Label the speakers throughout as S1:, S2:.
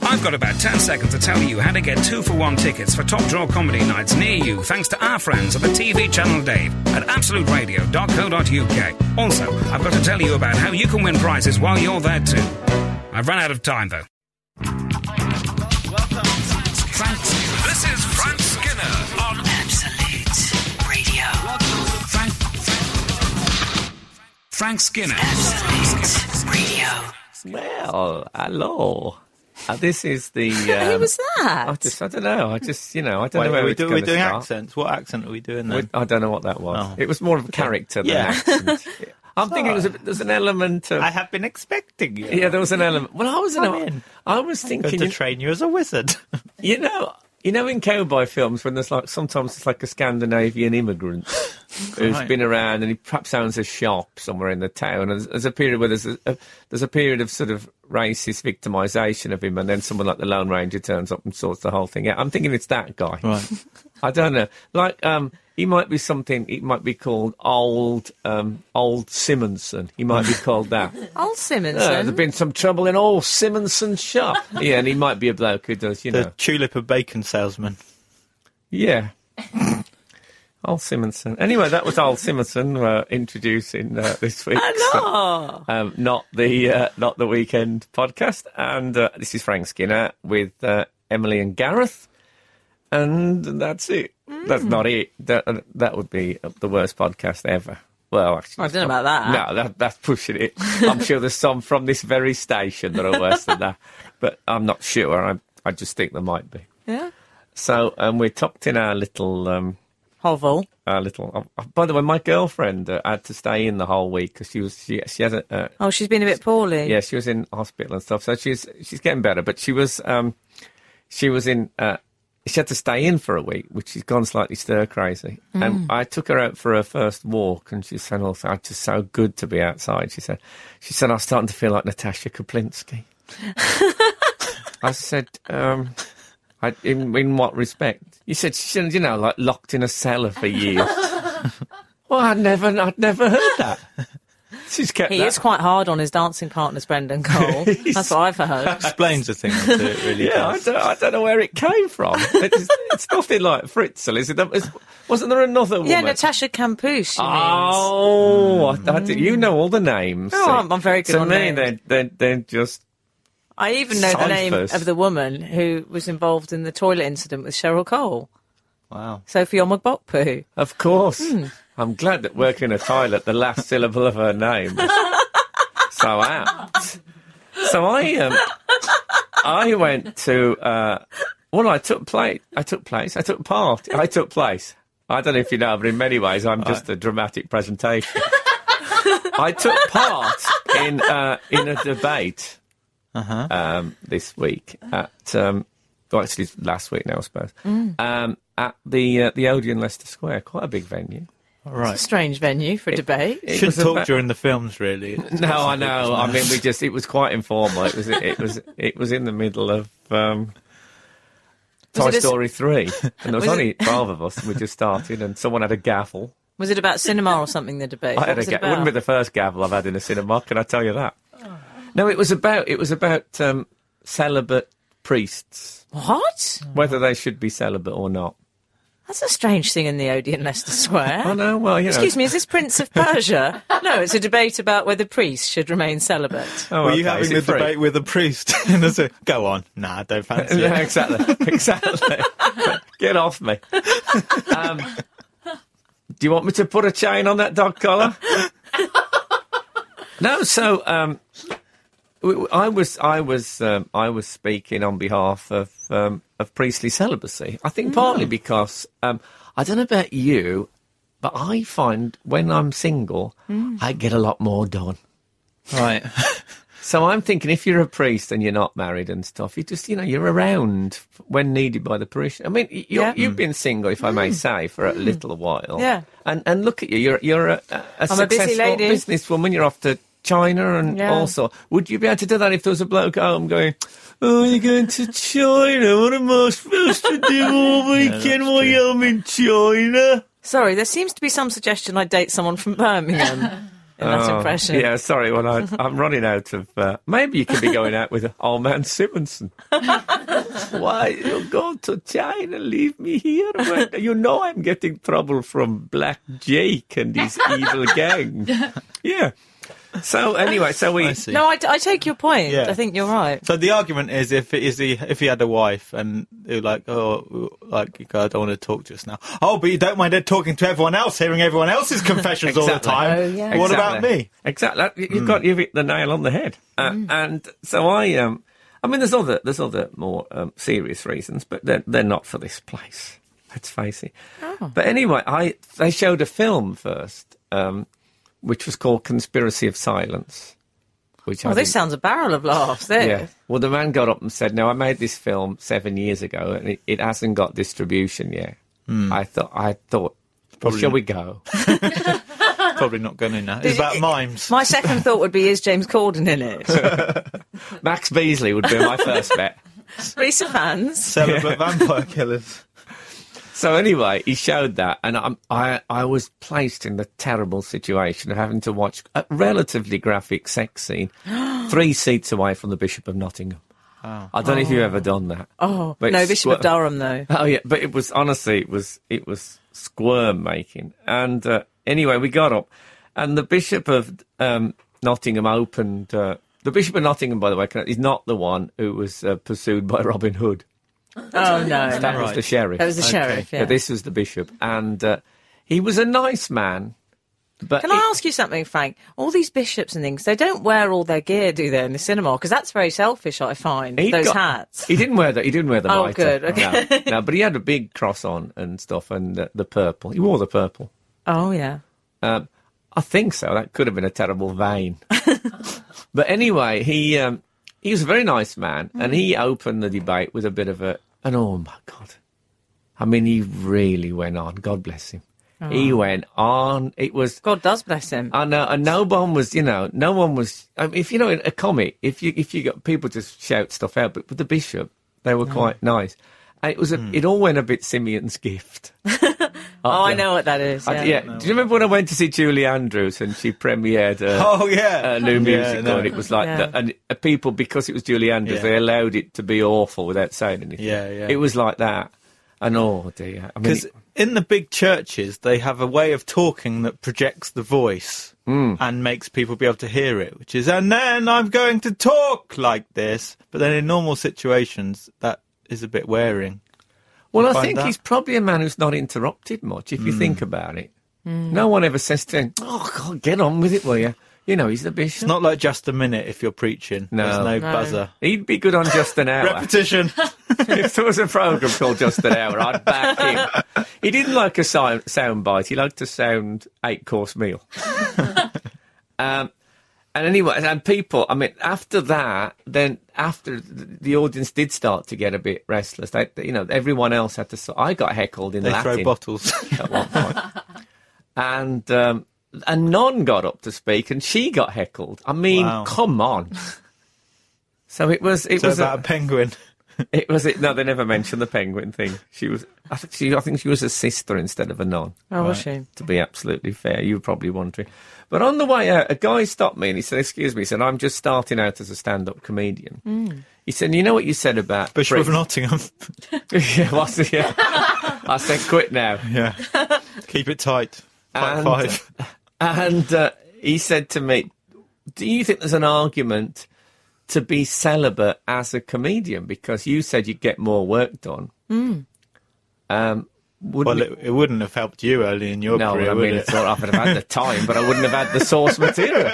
S1: I've got about 10 seconds to tell you how to get two for one tickets for top draw comedy nights near you thanks to our friends at the TV channel Dave at absoluteradio.co.uk. Also, I've got to tell you about how you can win prizes while you're there too. I've run out of time though.
S2: This is Frank Skinner on
S3: Absolute Radio.
S1: Frank. Frank Skinner.
S3: Absolute Radio.
S4: Well, hello. Uh, this is the. Um,
S5: Who was
S4: I
S5: that?
S4: just, I don't know. I just, you know, I don't
S6: Wait,
S4: know where
S6: are we,
S4: it's
S6: do, we
S4: gonna
S6: doing
S4: start.
S6: accents? What accent are we doing then?
S4: We- I don't know what that was.
S6: Oh.
S4: It was more of a character than
S6: Yeah.
S4: accent. I'm thinking it was a, there's an element of.
S6: I have been expecting you.
S4: uh, yeah, there was an element. Well, I was
S6: Come
S4: an,
S6: in.
S4: I was
S6: Going
S4: thinking.
S6: to
S4: you-
S6: train you as a wizard.
S4: You know, you know, in cowboy films, when there's like sometimes it's like a Scandinavian immigrant who's
S6: Right.
S4: been around, and he perhaps owns a shop somewhere in the town. And there's, there's a period where there's a, a- there's a period of sort of racist victimisation of him, and then someone like the Lone Ranger turns up and sorts the whole thing out. I'm thinking it's that guy.
S6: right.
S4: I don't know. Like, um, he might be something. He might be called old, um, old Simonson. He might be called that.
S5: Old
S4: Oh,
S5: Simonson.
S4: there's been some trouble in old Simonson's shop. yeah, and he might be a bloke who does, you
S6: The
S4: know.
S6: tulip and bacon salesman.
S4: Yeah. Old Simonson. Anyway, that was Old Simonson uh, introducing uh, this week.
S5: Hello.
S4: um, not the uh, not the weekend podcast, and uh, this is Frank Skinner with uh, Emily and Gareth, and that's it. That's
S5: Mm.
S4: not it. That uh, that would be the worst podcast ever. Well, actually,
S5: I don't know about that.
S4: No, that, that's pushing it. I'm sure there's some from this very station that are worse than that, but I'm not sure. I I just think there might be.
S5: Yeah.
S4: So um, we're tucked in our little. Um,
S5: Hovel.
S4: our little. oh, oh, by the way, my girlfriend uh, had to stay in the whole week because she was she, she had a uh,
S5: Oh, she's been a bit poorly.
S4: yeah she was in hospital and stuff. So she's she's getting better, but she was um she was in uh, she had to stay in for a week, which has gone slightly stir crazy.
S5: Hmm.
S4: And I took her out for her first walk, and she said, "Oh, it's just so good to be outside." She said, "She said I'm starting to feel like Natasha Kaplinsky." I said, um, I, in, in what respect? You said, she said, you know, like locked in a cellar for years. well, I'd never, I'd never heard that. She's kept
S5: He
S4: that.
S5: is quite hard on his dancing partners, Brendan Cole. That's what I've heard.
S6: Explains a thing or two, it really
S4: yeah, I
S6: does.
S4: don't, I don't know where it came from. It's, it's nothing like Fritzl, is it? That was- wasn't there another woman?
S5: Yeah, Natasha Campus, she means.
S4: Oh, I, I, did- you know all the names.
S5: Oh, I'm- I'm very good
S4: to
S5: on
S4: me,
S5: names.
S4: They're, they're, they're just.
S5: I even know the name
S4: Cyphers.
S5: of the woman who was involved in the toilet incident with Cheryl Cole,
S6: Wow.
S5: Sophie Omagbokpu.
S4: Of course. I'm glad that working in a toilet, the last syllable of her name was so apt. So I um, I went to uh, well, I took place. I took place. I took part. I took place. I don't know if you know, but in many ways, I'm just a dramatic presentation. I took part in uh, in a debate um, this week at um, well, actually last week now, I suppose, um, at the uh, the Odeon Leicester Square, quite a big venue.
S6: All right.
S5: Strange venue for a debate.
S4: It
S6: Shouldn't
S4: was
S6: talk
S4: about-
S6: during the films, really.
S4: No, I know. I mean, we just—it was quite informal. It was—it was—it was in the middle of um, Toy
S5: it a s-
S4: Story three, and there was,
S5: Was it-
S4: only twelve of us. and We just started, and someone had a gavel.
S5: Was it about cinema or something, the debate?
S4: I
S5: What
S4: had a
S5: was
S4: ga- it
S5: it
S4: wouldn't be
S5: about?
S4: the first gavel I've had in a cinema. Can I tell you that?
S5: Oh.
S4: No, it was about it was about um, celibate priests,
S5: What?
S4: whether they should be celibate or not.
S5: That's a strange thing in the Odeon Leicester
S4: Oh
S5: Square.
S4: no, well, you know.
S5: Excuse me, is this Prince of Persia? no, it's a debate about whether priests should remain celibate.
S4: Oh,
S6: Were you
S4: okay,
S6: having
S4: is
S6: the
S4: it free?
S6: debate with a priest? and I said, go on. Nah, I don't fancy
S4: Yeah,
S6: it.
S4: exactly. Exactly. Get off me. Um, do you want me to put a chain on that dog collar? no. So um, w- w- I was, I was, um, I was speaking on behalf of um, of priestly celibacy. I think partly
S5: Mm.
S4: because um, I don't know about you, but I find when I'm single,
S5: Mm.
S4: I get a lot more done.
S6: Right.
S4: So I'm thinking, if you're a priest and you're not married and stuff, you just, you know, you're around when needed by the parishioner. I mean, y- you're,
S5: Yeah. Mm.
S4: you've been single, if I may say, for a little while.
S5: Yeah.
S4: And and look at you, you're you're a, a a
S5: I'm a busy
S4: successful
S5: lady.
S4: businesswoman. You're off to China and
S5: Yeah.
S4: also, would you be able to do that if there was a bloke at home going? Oh, you're going to China. What am I supposed to do all weekend while I'm in China?
S5: Sorry, there seems to be some suggestion I date someone from Birmingham. in that
S4: Oh,
S5: impression.
S4: Yeah, sorry. Well, I, I'm running out of. Uh, maybe you could be going out with old man Simonson. Why you go to China? Leave me here. When, you know I'm getting trouble from Black Jake and his evil gang. Yeah. So anyway, so we.
S6: I see.
S5: No, I, d- I take your point.
S6: Yeah.
S5: I think you're right.
S6: So the argument is if it is he if he had a wife and they're like oh like I don't want to talk just now oh but you don't mind talking to everyone else hearing everyone else's confessions all the
S4: Exactly.
S6: time
S5: Oh, yeah.
S6: what about
S4: Exactly.
S6: me Hmm.
S4: Exactly. That- You've got you've hit the nail on the head. Uh, And so I um, I mean, there's other there's other more um, serious reasons, but they're they're not for this place. Let's face it.
S6: Oh.
S4: But anyway, I they showed a film first, um, which was called Conspiracy of Silence. Which
S6: Oh,
S5: Well,
S4: I
S5: Oh, this
S4: didn't-
S5: sounds a barrel of laughs. There.
S4: yeah. Well, the man got up and said, "No, I made this film seven years ago, and it, it hasn't got distribution yet."
S6: Hmm.
S4: I thought, I thought, well,
S6: Probably
S4: shall
S6: not.
S4: we go?
S6: probably not going in now it's
S5: Did-
S6: about mimes
S5: My second thought would be, is James Corden in it?
S4: Max Beasley would be my first bet.
S5: Lisa fans.
S6: celibate vampire killers
S4: So anyway, he showed that, and I'm, I I was placed in the terrible situation of having to watch a relatively graphic sex scene, three seats away from the Bishop of Nottingham.
S6: Oh.
S4: I don't know if you've ever done that.
S5: Oh,
S4: But
S5: no,
S4: it's
S5: Bishop of
S4: squ-
S5: Durham, though.
S4: Oh yeah, but it was honestly it was it was squirm making. And uh, anyway, we got up, and the Bishop of um, Nottingham opened. Uh, the Bishop of Nottingham, by the way, can- is not the one who was uh, pursued by Robin Hood.
S5: Oh, no.
S4: That
S5: no.
S4: was
S6: Right.
S4: the sheriff.
S5: That was the
S6: Okay.
S5: sheriff, yeah.
S4: But this was the bishop, and uh, he was a nice man. But
S5: Can I ask you something, Frank? All these bishops and things, they don't wear all their gear, do they, in the cinema? Because that's very selfish, I find,
S4: he
S5: those
S4: got-
S5: hats.
S4: He didn't wear that. He didn't wear the
S5: Oh,
S4: mitre.
S5: good, okay.
S4: No, no, but he had a big cross on and stuff, and uh, the purple. He wore the purple.
S5: Oh, yeah.
S4: Um, I think so. That could have been a terrible vein. but anyway, he um, he was a very nice man, and he
S5: Mm.
S4: opened the debate with a bit of a an oh my god. I mean, he really went on. God bless him.
S5: Oh.
S4: He went on. It was
S5: God does bless him.
S4: I know, and Uh, no one was, you know, no one was. I mean, if you know, in a comic, if you if you got people just shout stuff out, but with the bishop, they were quite nice. And it was,
S6: Hmm.
S4: a, it all went a bit Simeon's gift.
S5: oh, I know what that is. Yeah.
S4: I- Uh, yeah. Do you remember when I went to see Julie Andrews and she premiered a,
S6: oh yeah
S4: a new
S6: Yeah,
S4: musical,
S6: no.
S4: and it was like,
S5: Yeah.
S4: that, and uh, people because it was Julie Andrews,
S6: Yeah.
S4: they allowed it to be awful without saying anything.
S6: Yeah, yeah.
S4: It was like that, and oh dear, I mean,
S6: Because
S4: it-
S6: in the big churches, they have a way of talking that projects the voice
S4: Hmm.
S6: and makes people be able to hear it, which is, and then I'm going to talk like this. But then in normal situations, that is a bit wearing.
S4: Well, I
S6: find
S4: think
S6: that? Hmm.
S4: he's probably a man who's not interrupted much, if you think about it. No one ever says to him, Oh, God, get on with it, will you? You know, he's the bishop.
S6: It's not like just a minute if you're preaching.
S4: No.
S6: There's no,
S4: No.
S6: buzzer.
S4: He'd be good on just an hour.
S6: Repetition.
S4: if there was a programme called Just an Hour, I'd back him. He didn't like a sound, sound bite, he liked a sound eight course meal. um, and anyway, and people, I mean, after that, then after the the audience did start to get a bit restless, they, you know, everyone else had to. s- I got heckled in
S6: they
S4: Latin
S6: throw bottles.
S4: at one point. and um, a non got up to speak, and she got heckled. I mean,
S6: Wow.
S4: come on. So it was. It
S6: so
S4: was.
S6: about a
S4: A,
S6: penguin.
S4: it was. It, no, they never mentioned the penguin thing. She was. I think she. I think she was a sister instead of a non.
S5: oh, was she?
S4: To be absolutely fair, you were probably wondering. But on the way out, a guy stopped me and he said, "Excuse me," he said, "I'm just starting out as a stand-up comedian." He said, "You know what you said about
S6: Bishop of
S4: Brits?"
S6: Nottingham.
S4: yeah, what's the- yeah. I said, "Quit now."
S6: yeah. Keep it tight. High
S4: And-
S6: five.
S4: And uh, he said to me, Do you think there's an argument to be celibate as a comedian? Because you said you'd get more work done.
S5: Mm.
S4: Um, wouldn't
S6: Well,
S4: it-
S6: it, it wouldn't have helped you early in your
S4: no,
S6: career,
S4: I
S6: would
S4: mean,
S6: it?
S4: it's not, I would have had the time, but I wouldn't have had the source material.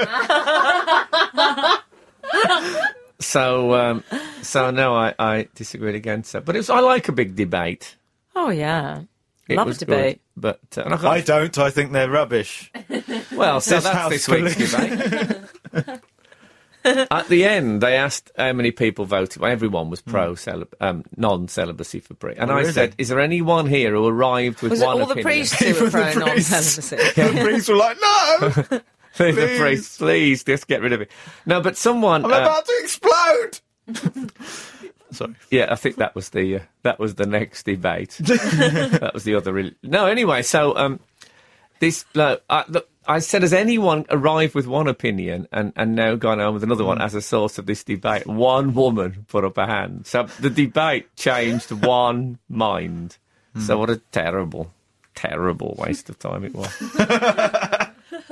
S4: so, um, so no, I, I disagreed against that. But it was, I like a big debate.
S5: Oh, yeah.
S4: It
S5: Love a
S4: was good,
S5: debate.
S4: but uh, and I got-
S6: I don't. I think they're rubbish.
S4: Well, so
S6: This
S4: that's
S6: house
S4: this week's debate. At the end, they asked how many people voted. Well, everyone was pro celib- um, non-celibacy for Brit, and I
S6: Hmm. Oh, Really?
S4: said, "Is there anyone here who arrived with
S5: Was it
S4: one
S5: all the
S4: opinion?"
S5: priests who were
S6: Even the
S5: thrown on
S6: priests.
S5: celibacy?
S6: the priests were like, no!
S4: the
S6: Please.
S4: priest, please, just get rid of it. No, but someone.
S6: I'm
S4: uh,
S6: about to explode. Sorry.
S4: yeah, I think that was the uh, that was the next debate. that was the other. Re- no, anyway, so um, this bloke. Uh, look, I said, has anyone arrived with one opinion and, and now gone on with another
S5: Mm.
S4: one as a source of this debate? One woman put up a hand. So the debate changed one mind.
S5: Mm.
S4: So what a terrible, terrible waste of time it was.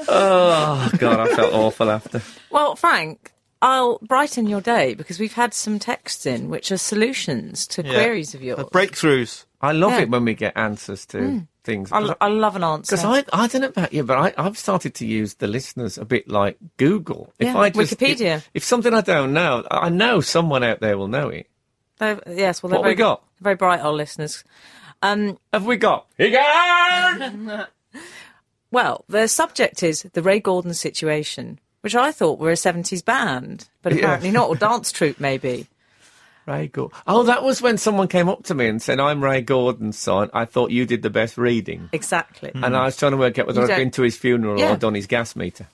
S4: oh, God, I felt awful after.
S5: Well, Frank, I'll brighten your day because we've had some texts in which are solutions to
S6: Yeah.
S5: queries of
S6: Uh,
S5: yours.
S6: breakthroughs.
S4: I love
S5: Yeah. Mm.
S4: it when we get answers to things.
S5: I, I love an answer.
S4: Because I, I don't know about you, but I, I've started to use the listeners a bit like Google.
S5: Yeah,
S4: I
S5: Wikipedia.
S4: If, if something I don't know, I I know someone out there will know it.
S5: They're- yes, well, they're
S4: What we
S5: very,
S4: got?
S5: Very bright, our listeners. Um,
S4: Have we got? Higgins!
S5: Well, the subject is the Ray Gordon situation, which I thought were a 70s band, but
S4: Yeah.
S5: apparently not, or dance troupe maybe.
S4: Ray Gordon. Oh, that was when someone came up to me and said, I'm Ray Gordon's son. I thought you did the best reading.
S5: Exactly.
S4: And I was trying to work out whether
S5: You
S4: I'd
S5: don't-
S4: been to his funeral
S5: Yeah.
S4: or done his gas meter.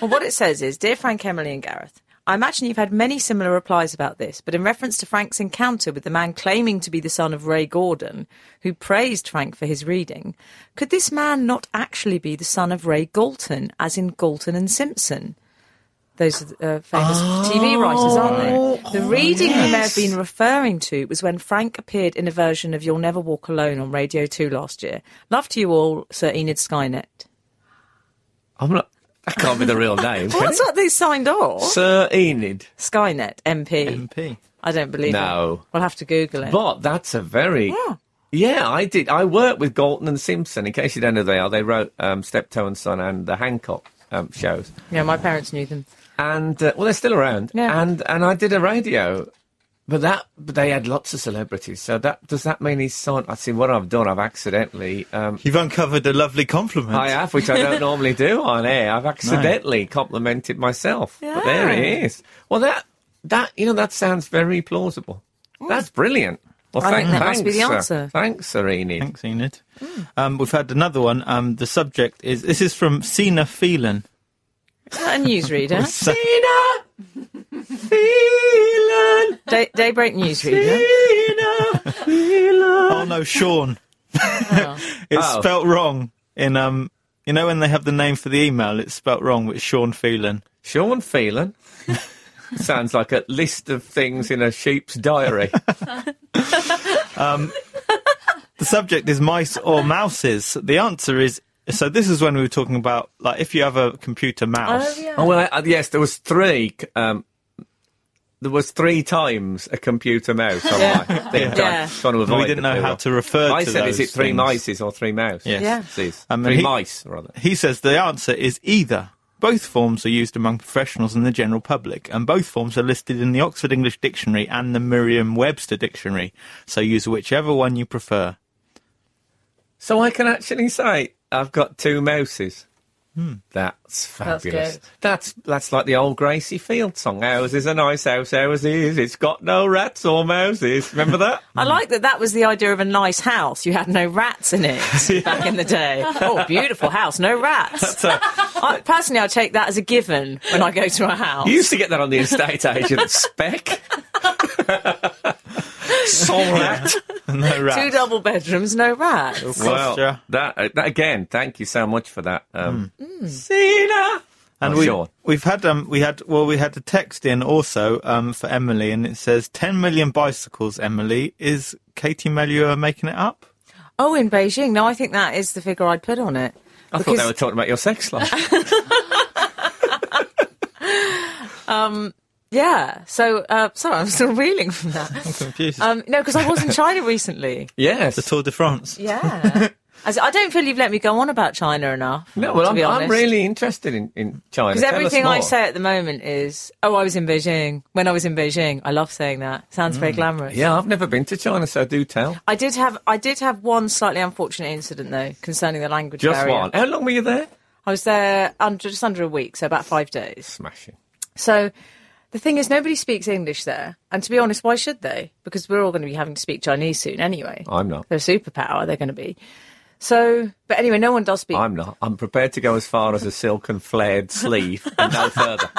S5: Well, what it says is Dear Frank, Emily, and Gareth, I imagine you've had many similar replies about this, but in reference to Frank's encounter with the man claiming to be the son of Ray Gordon, who praised Frank for his reading, could this man not actually be the son of Ray Galton, as in Galton and Simpson? Those are uh, famous TV writers, aren't they? The reading you may have been referring to was when Frank appeared in a version of You'll Never Walk Alone on Radio 2 last year. Love to you all, Sir Enid Skynet.
S4: I'm not. That can't be the real name.
S5: Well,
S4: can
S5: that's
S4: it?
S5: what they signed off.
S4: Sir Enid.
S5: Skynet MP.
S6: MP.
S5: I don't believe it.
S4: No.
S5: We'll have to Google it.
S4: But that's a very.
S5: Yeah.
S4: Yeah, I did. I worked with Galton and Simpson. In case you don't know who they are, they wrote um, Steptoe and Son and the Hancock um, shows.
S5: yeah, my parents knew them.
S4: And uh, well, they're still around.
S5: Yeah.
S4: And and I did a radio, but that but they had lots of celebrities. So that does that mean his son? I see what I've done. I've accidentally. Um,
S6: You've uncovered a lovely compliment.
S4: I have, which I don't normally do on air. I've accidentally complimented myself. But there it is. Well, that that you know that sounds very plausible. That's brilliant. Well,
S5: I
S4: thank,
S5: think that must be
S4: thanks,
S5: the
S4: sir.
S5: answer.
S4: Thanks, Sir Enid.
S6: Thanks, Enid. Um, we've had another one. Um, the subject is this is from Sina Phelan.
S5: Is that a newsreader?
S6: So-
S4: Tina, feeling,
S5: Day- Daybreak newsreader.
S4: Tina, feeling.
S6: oh no, Sean. it's
S4: Oh.
S6: spelt wrong in um. You know when they have the name for the email, it's spelt wrong. It's Sean Phelan.
S4: Sean Phelan. Sounds like a list of things in a sheep's diary.
S6: The subject is mice or mouses. The answer is so. This is when we were talking about like if you have a computer mouse.
S5: Oh, yeah.
S4: oh well, uh, yes, there was three. c- Um, there was three times a computer mouse. On
S5: Yeah.
S4: my thing, trying- trying
S5: Yeah.
S4: to
S6: And we
S4: avoid
S6: didn't
S4: the
S6: know how
S4: plural.
S6: to refer
S4: I
S6: to
S4: said, is
S6: those
S4: it three
S6: things.
S4: mices or three mouse?
S6: Yes.
S5: Yeah.
S4: Says,
S6: Um, and
S4: three
S6: he-
S4: mice, rather.
S6: He says the answer is either. Both forms are used among professionals and the general public, and both forms are listed in the Oxford English Dictionary and the Merriam Webster Dictionary, so use whichever one you prefer.
S4: So I can actually say I've got two mouses.
S6: Hmm.
S4: That's fabulous.
S5: good.
S4: That's, that's like the old Gracie Field song. Ours is a nice house, ours is. It's got no rats or mouses. Remember that?
S5: I like that that was the idea of a nice house. You had no rats in it back in the day. Oh, beautiful house, no rats. I, personally, I take that as a given when I go to a house.
S4: you used to get that on the estate agent spec. Sans rat.
S6: No
S5: Two
S6: rat.
S5: double bedrooms, no rats.
S4: Well,
S6: Gloucester. Mm.
S4: that, uh, that again. Thank you so much for that. Um,
S5: Mm.
S4: Cena.
S6: And
S4: Oh,
S6: we,
S4: Sean.
S6: we've had um we had well we had a text in also um for Emily and it says ten million bicycles. Emily is Katie Melua making it up?
S5: Oh, in Beijing. No, I think that is the figure I'd put on it.
S4: I thought they were talking about your sex life.
S5: Yeah. So, uh, sorry, I'm still reeling from that.
S6: Confused.
S5: Um, no, because I was in China recently.
S4: yes.
S6: the Tour de France.
S5: Yeah. As- I don't feel you've let me go on about China enough.
S4: No, well,
S5: to
S4: I'm,
S5: be
S4: I'm
S5: honest.
S4: really interested in, in China.
S5: Because
S4: Tell us
S5: everything I
S4: more.
S5: say at the moment is, oh, I was in Beijing. When I was in Beijing, I love saying that. Sounds very glamorous.
S4: Mm, Yeah, I've never been to China, so do tell.
S5: I did have I did have one slightly unfortunate incident though concerning the language
S4: Just
S5: barrier.
S4: one. How long were you there?
S5: I was there under just under a week, so about five days.
S4: Smashing.
S5: So the thing is, nobody speaks English there, and to be honest, why should they? Because we're all going to be having to speak Chinese soon anyway.
S4: I'm not.
S5: They're a superpower. They're going to be. So, but anyway, no one does speak.
S4: I'm not. I'm prepared to go as far as a silken flared sleeve and no further.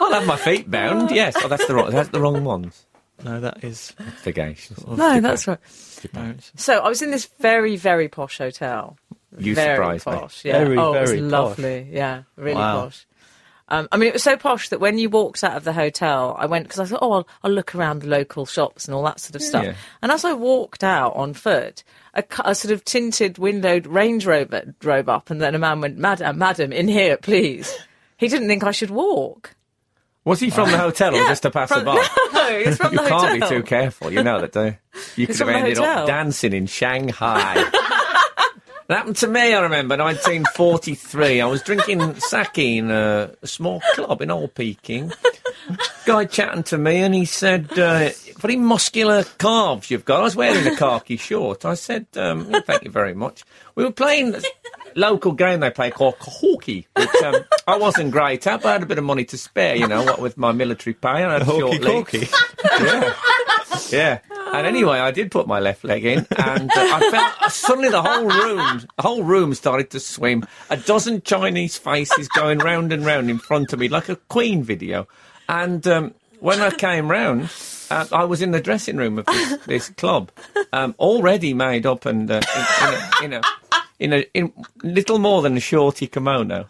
S4: I'll have my feet bound. Yes. Oh, that's the wrong. That's the wrong ones.
S6: No, that is.
S4: Investigation.
S5: No, that's right.
S6: no,
S5: So I was in this very, very posh hotel.
S4: You
S5: very
S4: surprised me.
S5: posh, Yeah.
S6: Very,
S5: oh,
S6: very
S5: it was
S6: posh.
S5: lovely. Yeah, really
S6: Wow.
S5: posh. Um, I mean, it was so posh that when you walked out of the hotel, I went because I thought, oh, I'll, I'll look around the local shops and all that sort of stuff.
S4: Yeah.
S5: And as I walked out on foot, a, cu- a sort of tinted windowed Range Rover drove up, and then a man went, "Madam, madam, in here, please." He didn't think I should walk.
S4: Was he from the hotel or
S5: Yeah,
S4: just a passerby?
S5: From, no, it's from
S4: you
S5: the hotel.
S4: can't be too careful. You know that, do you? You could have
S5: from the
S4: ended
S5: hotel.
S4: up dancing in Shanghai. that happened to me, I remember, 1943. I was drinking sake in a small club in Old Peking. Guy chatting to me, and he said, uh, "Pretty muscular calves you've got." I was wearing a khaki short. I said, um, yeah, "Thank you very much." We were playing this local game they play called hockey, which um, I wasn't great at, but I had a bit of money to spare. You know, what with my military pay, and I had
S6: Hokey
S4: short legs.
S6: cokey.
S4: Yeah. Yeah. And anyway, I did put my left leg in, and uh, I felt suddenly the whole room, the whole room started to swim. A dozen Chinese faces going round and round in front of me, like a Queen video. And um, when I came round, uh, I was in the dressing room of this, this club, um, already made up and uh, in, in a. In a in a in little more than a shorty kimono,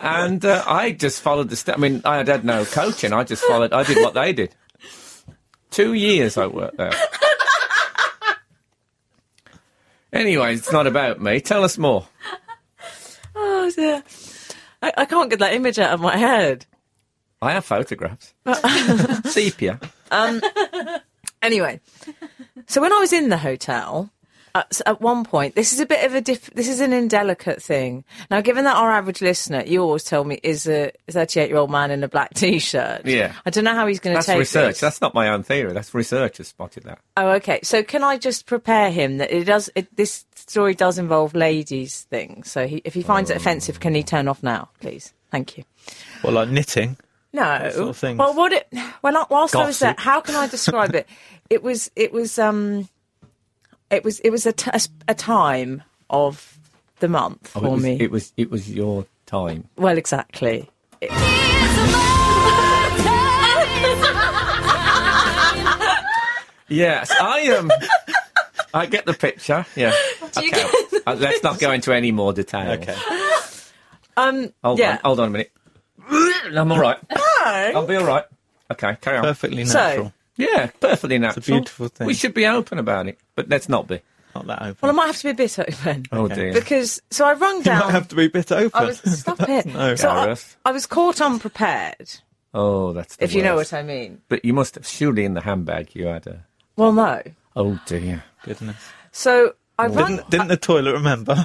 S4: and uh, I just followed the step. I mean, I had had no coaching. I just followed. I did what they did. Two years I worked there. anyway, it's not about me. Tell us more.
S5: Oh dear. I, I can't get that image out of my head.
S4: I have photographs. Sepia.
S5: Anyway, so when I was in the hotel, at, at one point, this is a bit of a diff, this is an indelicate thing. Now, given that our average listener, you always tell me, is a 38 year old man in a black t shirt.
S4: Yeah.
S5: I don't know how he's going to
S4: That's
S5: take
S4: research.
S5: this.
S4: That's not my own theory. That's researchers spotted that.
S5: Oh, okay. So can I just prepare him that it does, it, this story does involve ladies' things. So he, if he finds
S4: Oh.
S5: it offensive, can he turn off now, please? Thank you.
S6: Well, like knitting.
S5: No.
S6: sort of things.
S5: Well, what it when I, whilst I was there,
S6: Gossip.
S5: how can I describe it? It was it was um, it was it was a, t- a s- a time of the month
S6: Oh,
S5: for
S4: it, was,
S5: me.
S4: it was it was your time.
S5: well, exactly.
S4: Yes, I am. I get the picture. Yeah. okay. Uh, let's not go into any more details.
S6: Okay.
S4: Hold
S5: Yeah.
S4: on. Hold on a minute. I'm all right. I'll be all right. Okay. Carry on.
S6: Perfectly
S5: So-
S6: natural.
S4: Yeah, perfectly natural.
S6: beautiful thing.
S4: We should be open about it, but let's not be.
S6: Not that open.
S5: Well, I might have to be a bit open
S4: Oh dear.
S5: because so I rung
S6: you
S5: down.
S6: might have to be a bit open.
S5: I was stop it.
S6: No.
S5: so I,
S4: Gareth.
S5: I was caught unprepared,
S4: Oh, that's the
S5: if you know
S4: worst.
S5: what I mean.
S4: But you must have surely in the handbag you had a.
S5: Well, no.
S4: Oh dear.
S6: Goodness.
S5: So I rung.
S6: Didn't, didn't the toilet remember?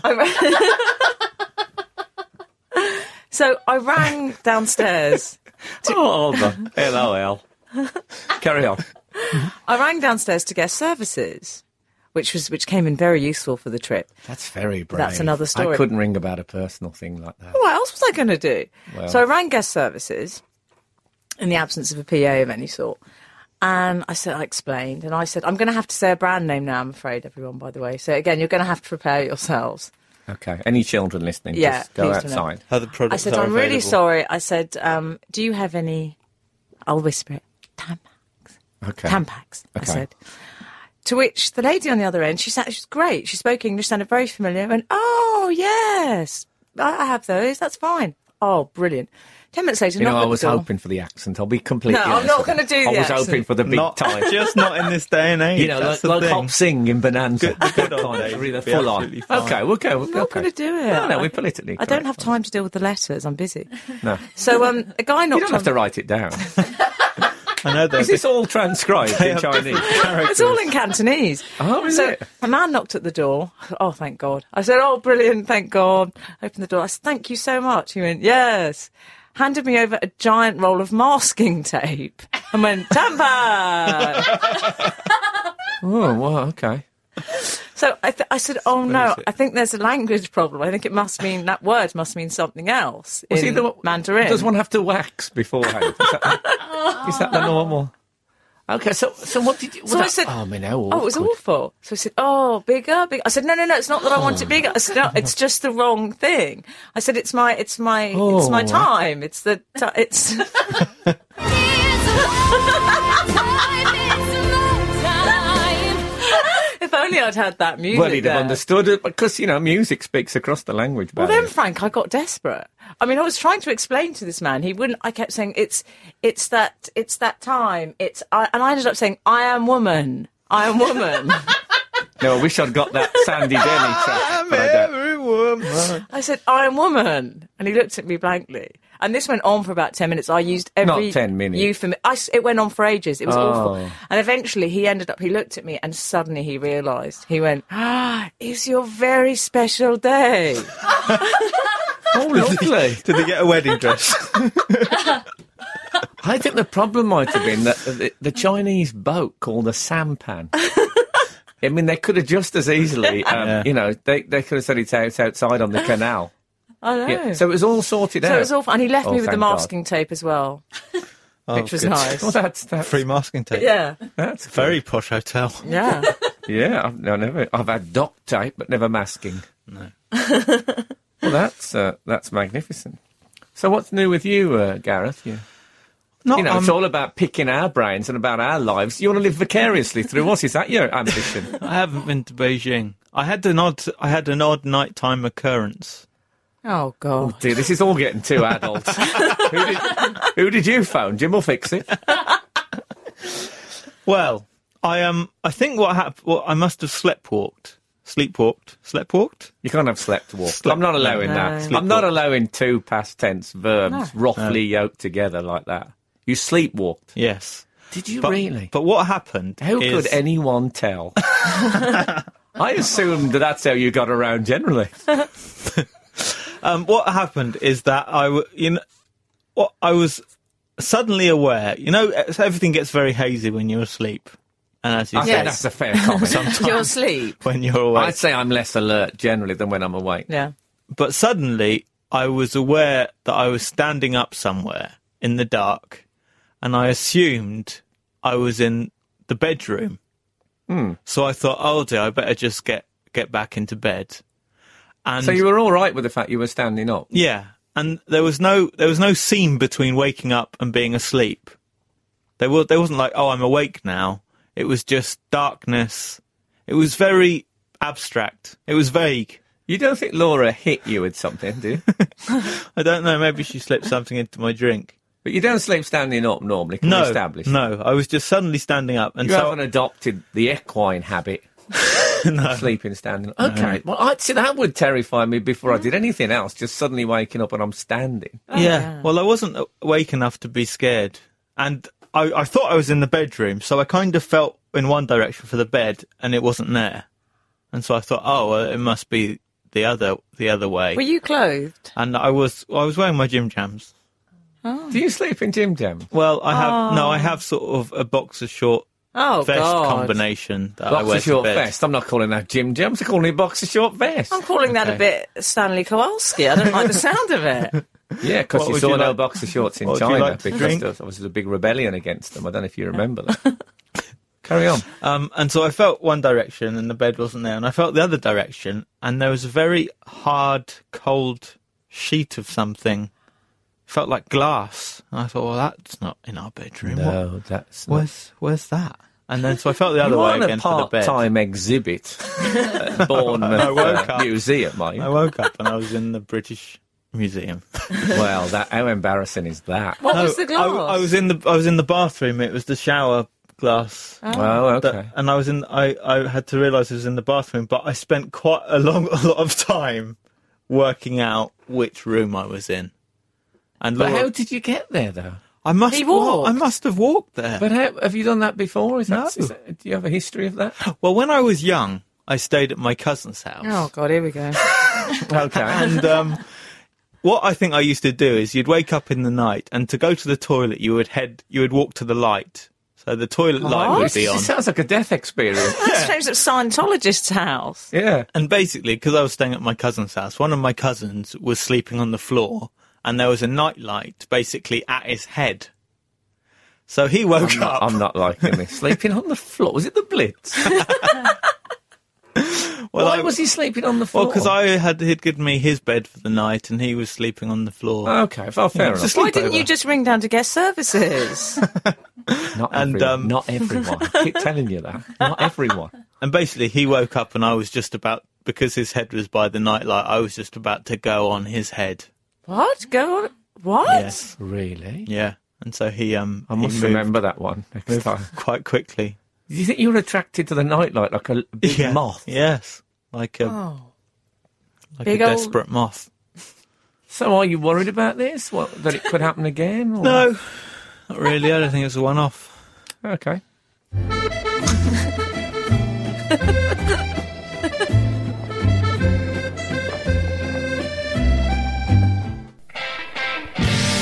S5: So I rang downstairs.
S4: Oh, the LOL. Carry on.
S5: I rang downstairs to get services, which was which came in very useful for the trip.
S4: That's very brave.
S5: That's another story.
S4: I couldn't ring about a personal thing like that.
S5: What else was I going to do?
S4: Well.
S5: So I rang guest services in the absence of a PA of any sort. And I said, I explained, and I said, I'm going to have to say a brand name now, I'm afraid, everyone, by the way. So again, you're going to have to prepare yourselves.
S4: Okay. Any children listening?
S5: Yeah,
S4: just go
S5: please do not.
S4: outside.
S6: How the products
S5: I said,
S6: are
S5: I'm really
S6: available.
S5: sorry. I said, um, Do you have any? I'll whisper it. Tam-
S4: Okay.
S5: Tampax, I
S4: Okay.
S5: said. To which the lady on the other end, she sounded, she was great. She spoke English, sounded very familiar. I went, oh, yes, I I have those. That's fine. Oh, brilliant. Ten minutes later,
S4: You know,
S5: knock
S4: I
S5: at the
S4: was
S5: door.
S4: hoping for the accent. I'll be completely.
S5: No, I'm
S4: honest
S5: not
S4: with you.
S5: gonna do
S4: I
S5: the
S4: was
S5: accent.
S4: hoping for the big
S6: Not
S4: time.
S6: just not in this day and age.
S4: You know,
S6: That's
S4: like, like
S6: the
S4: Hop
S6: thing.
S4: Sing in Bonanza.
S6: Good- good old
S4: Kind of
S6: days.
S4: really
S6: Be
S4: full on.
S6: absolutely fine.
S4: Okay, we'll go.
S5: I'm not going to do it.
S4: No, no, we're
S5: I-
S4: politically.
S5: I
S4: correct.
S5: don't have time to deal with the letters. I'm busy.
S4: No.
S5: So um, a guy
S4: You
S5: knocked
S4: don't
S5: on.
S4: have to write it down.
S6: I know
S4: Is
S6: that.
S4: this all transcribed in
S6: have
S4: Chinese?
S5: It's all in Cantonese.
S4: Oh, is
S5: so
S4: it?
S5: a man knocked at the door. Oh, thank God. I said, Oh, brilliant. Thank God. Opened the door. I said, Thank you so much. He went, Yes. Handed me over a giant roll of masking tape and went, Tampa.
S4: Oh, well, okay.
S5: so I, th- I said, Oh, no. I think there's a language problem. I think it must mean that word must mean something else
S4: Was
S5: in
S4: he the-
S5: Mandarin.
S4: Does one have to wax beforehand? Is that, is that the normal? Okay, so so what did you? was
S5: So I
S4: that-
S5: said-
S4: oh, I mean, how
S5: Oh, it was
S4: awkward.
S5: awful. So I said, "Oh, bigger, bigger." I said, "No, no, no. It's not that I want
S4: Oh.
S5: it bigger. I said, no, it's just the wrong thing." I said, "It's my, it's my, it's my
S4: Oh.
S5: time. It's the, ti it's."
S7: It's a long time, it's a
S5: only I'd had that music.
S4: Well, he'd have
S5: there.
S4: understood it because, you know, music speaks across the language
S5: Well,
S4: barrier.
S5: then, Frank, I got desperate. I mean, I was trying to explain to this man. He wouldn't. I kept saying, "It's, it's that, it's that time." It's, I, and I ended up saying, "I am woman. I am woman."
S4: No, I wish I'd got that Sandy Denny track. But I don't.
S6: Every woman.
S5: I said, "I am woman," and he looked at me blankly. And this went on for about ten minutes. I used every
S4: Not 10 minutes.
S5: Euphem- I s it went on for ages. It was awful.
S4: Oh.
S5: And eventually, he ended up. He looked at me, and suddenly he realised. He went, "Ah, it's your very special day."
S4: Oh, lovely.
S6: Did he get a wedding dress?
S4: I think the problem might have been that the, the Chinese boat called a sampan. I mean, they could have just as easily, um,
S6: Yeah.
S4: you know, they, they could have said it's out, outside on the canal.
S5: I know.
S4: Yeah, so it was all sorted
S5: So
S4: out.
S5: it was awful. And he left
S4: Oh,
S5: me with the
S4: thank God. Oh,
S5: masking tape as well, which was
S6: good.
S5: nice.
S4: Well, that's, that's,
S6: Free masking tape.
S5: Yeah,
S4: that's very.
S6: Very posh hotel.
S5: yeah.
S4: Yeah, I've, no, never. I've had duct tape, but never masking. No. well, that's uh, that's magnificent. So, what's new with you, uh, Gareth? You,
S6: Not,
S4: you know,
S6: um,
S4: it's all about picking our brains and about our lives. You want to live vicariously through us? Is that your ambition?
S6: I haven't been to Beijing. I had an odd, I had an odd nighttime occurrence.
S5: Oh God.
S4: Dear, this is all getting too adult. who, did, who did you phone? Jim will fix it.
S6: Well, I um, I think what happened. Well, I must have sleptwalked, sleepwalked, sleptwalked.
S4: You can't have slept walk.
S6: Slept-
S4: I'm not allowing
S5: No.
S4: that.
S5: No.
S4: I'm not allowing two past tense verbs roughly yoked together like that. You sleepwalked.
S6: Yes,
S4: Did you
S6: but,
S4: really?
S6: But what happened?
S4: How
S6: is-
S4: could anyone tell? I assumed that that's how you got around generally.
S6: um, what happened is that I, w- you know, what I was suddenly aware. You know, it's- everything gets very hazy when you're asleep, and as you
S4: I
S6: say,
S4: think that's a fair comment.
S5: You're asleep.
S6: when you're awake.
S4: I'd say I'm less alert generally than when I'm awake.
S5: Yeah.
S6: but suddenly I was aware that I was standing up somewhere in the dark, and I assumed I was in the bedroom.
S4: Hmm.
S6: So I thought, oh dear, I better just get get back into bed. And
S4: So you were all right with the fact you were standing up.
S6: yeah, and there was no there was no seam between waking up and being asleep. There was there wasn't like, oh, I'm awake now. It was just darkness. It was very abstract. It was vague.
S4: You don't think Laura hit you with something, do you?
S6: I don't know. Maybe she slipped something into my drink.
S4: but you don't sleep standing up normally. Can
S6: no,
S4: we establish?
S6: No, I was just suddenly standing up, and
S4: You
S6: so
S4: haven't adopted the equine habit. of Sleeping standing. up. Okay. Well, I'd see that would terrify me before I did anything else. Just suddenly waking up and I'm standing.
S6: yeah. Well, I wasn't awake enough to be scared, and I, I thought I was in the bedroom, so I kind of felt in one direction for the bed, and it wasn't there, and so I thought, oh, well, it must be the other the other way,
S5: Were you clothed?
S6: and I was I was wearing my gym jams. Oh.
S4: Do you sleep in Jim Jam?
S6: Well, I have no, I have sort of a boxer short
S5: Oh
S6: vest
S5: God.
S6: combination that I wear
S4: Boxer
S6: to
S4: short
S6: bed.
S4: vest. I'm not calling that Jim Jams. I'm calling it boxer short vest.
S6: Oh.
S5: I'm calling that a
S6: Okay.
S5: bit Stanley Kowalski. I don't like the sound of it.
S4: Yeah, because
S6: What
S4: you
S6: would
S4: saw
S6: you
S4: no
S6: like-
S4: boxer shorts in
S6: what would you
S4: China
S6: like to
S4: because
S6: drink?
S4: there was- there was a big rebellion against them. I don't know if you remember that. Carry on.
S6: Um, and so I felt one direction and the bed wasn't there, and I felt the other direction, and there was a very hard, cold sheet of something. Felt like glass. And I thought, well, that's not in our bedroom. What-
S4: No, that's not.
S6: where's, where's that? And then so I felt the other
S4: You
S6: way
S4: are on a
S6: again for the bed.
S4: part-time exhibit at Bournemouth
S6: I woke
S4: uh,
S6: up.
S4: Museum, are you?
S6: I woke up and I was in the British Museum.
S4: Well, that how embarrassing is that?
S5: What
S6: No,
S5: was the glass?
S6: I, I was in the I was in the bathroom. It was the shower glass.
S4: Oh,
S6: that-
S4: okay.
S6: and I was in. I, I had to realise I was in the bathroom, but I spent quite a long, a lot of time working out which room I was in. And
S4: But
S6: Laura-
S4: how did you get there, though?
S6: I must
S5: He
S6: wa- I
S5: walked.
S6: must have walked there.
S4: But how, have you done that before? Is that,
S6: No.
S4: is that- do you have a history of that?
S6: well, when I was young, I stayed at my cousin's house.
S5: Oh God, here we go.
S4: Okay.
S6: And um, what I think I used to do is you'd wake up in the night, and to go to the toilet, you would head, you would walk to the light. So the toilet light would
S5: What?
S6: be on.
S4: It sounds like a death experience.
S5: That's strange. At Scientologist's house.
S4: yeah.
S6: And basically, because I was staying at my cousin's house, one of my cousins was sleeping on the floor, and there was a nightlight basically at his head. So he woke
S4: I'm
S6: up.
S4: not, I'm not liking this. Sleeping on the floor. Was it the Blitz?
S6: well,
S4: Why
S6: I,
S4: was he sleeping on the floor?
S6: Well, because I had he'd given me his bed for the night, and he was sleeping on the floor.
S4: Okay, well, fair
S6: it's
S4: enough.
S6: just
S5: Why didn't
S6: Sleepover.
S5: you just ring down to guest services?
S4: Not
S6: And,
S4: everyone.
S6: um,
S4: not everyone. I keep telling you that. Not everyone.
S6: And basically, he woke up and I was just about, because his head was by the nightlight, I was just about to go on his head.
S5: What? Go on. What?
S6: Yes.
S4: Really?
S6: Yeah. And so he, um,
S4: I must
S6: he moved
S4: remember that one next time.
S6: quite quickly.
S4: Do you think you were attracted to the nightlight like a l- big
S6: Yeah.
S4: moth?
S6: Yes. Like a,
S5: Oh.
S6: like a
S5: Big old-
S6: desperate moth.
S4: So are you worried about this? What, that it could happen again? Or?
S6: No. Not really. I don't think it was a one off.
S4: Okay.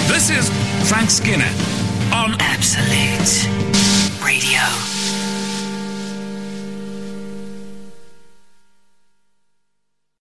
S2: This is Frank Skinner on
S3: Absolute Radio.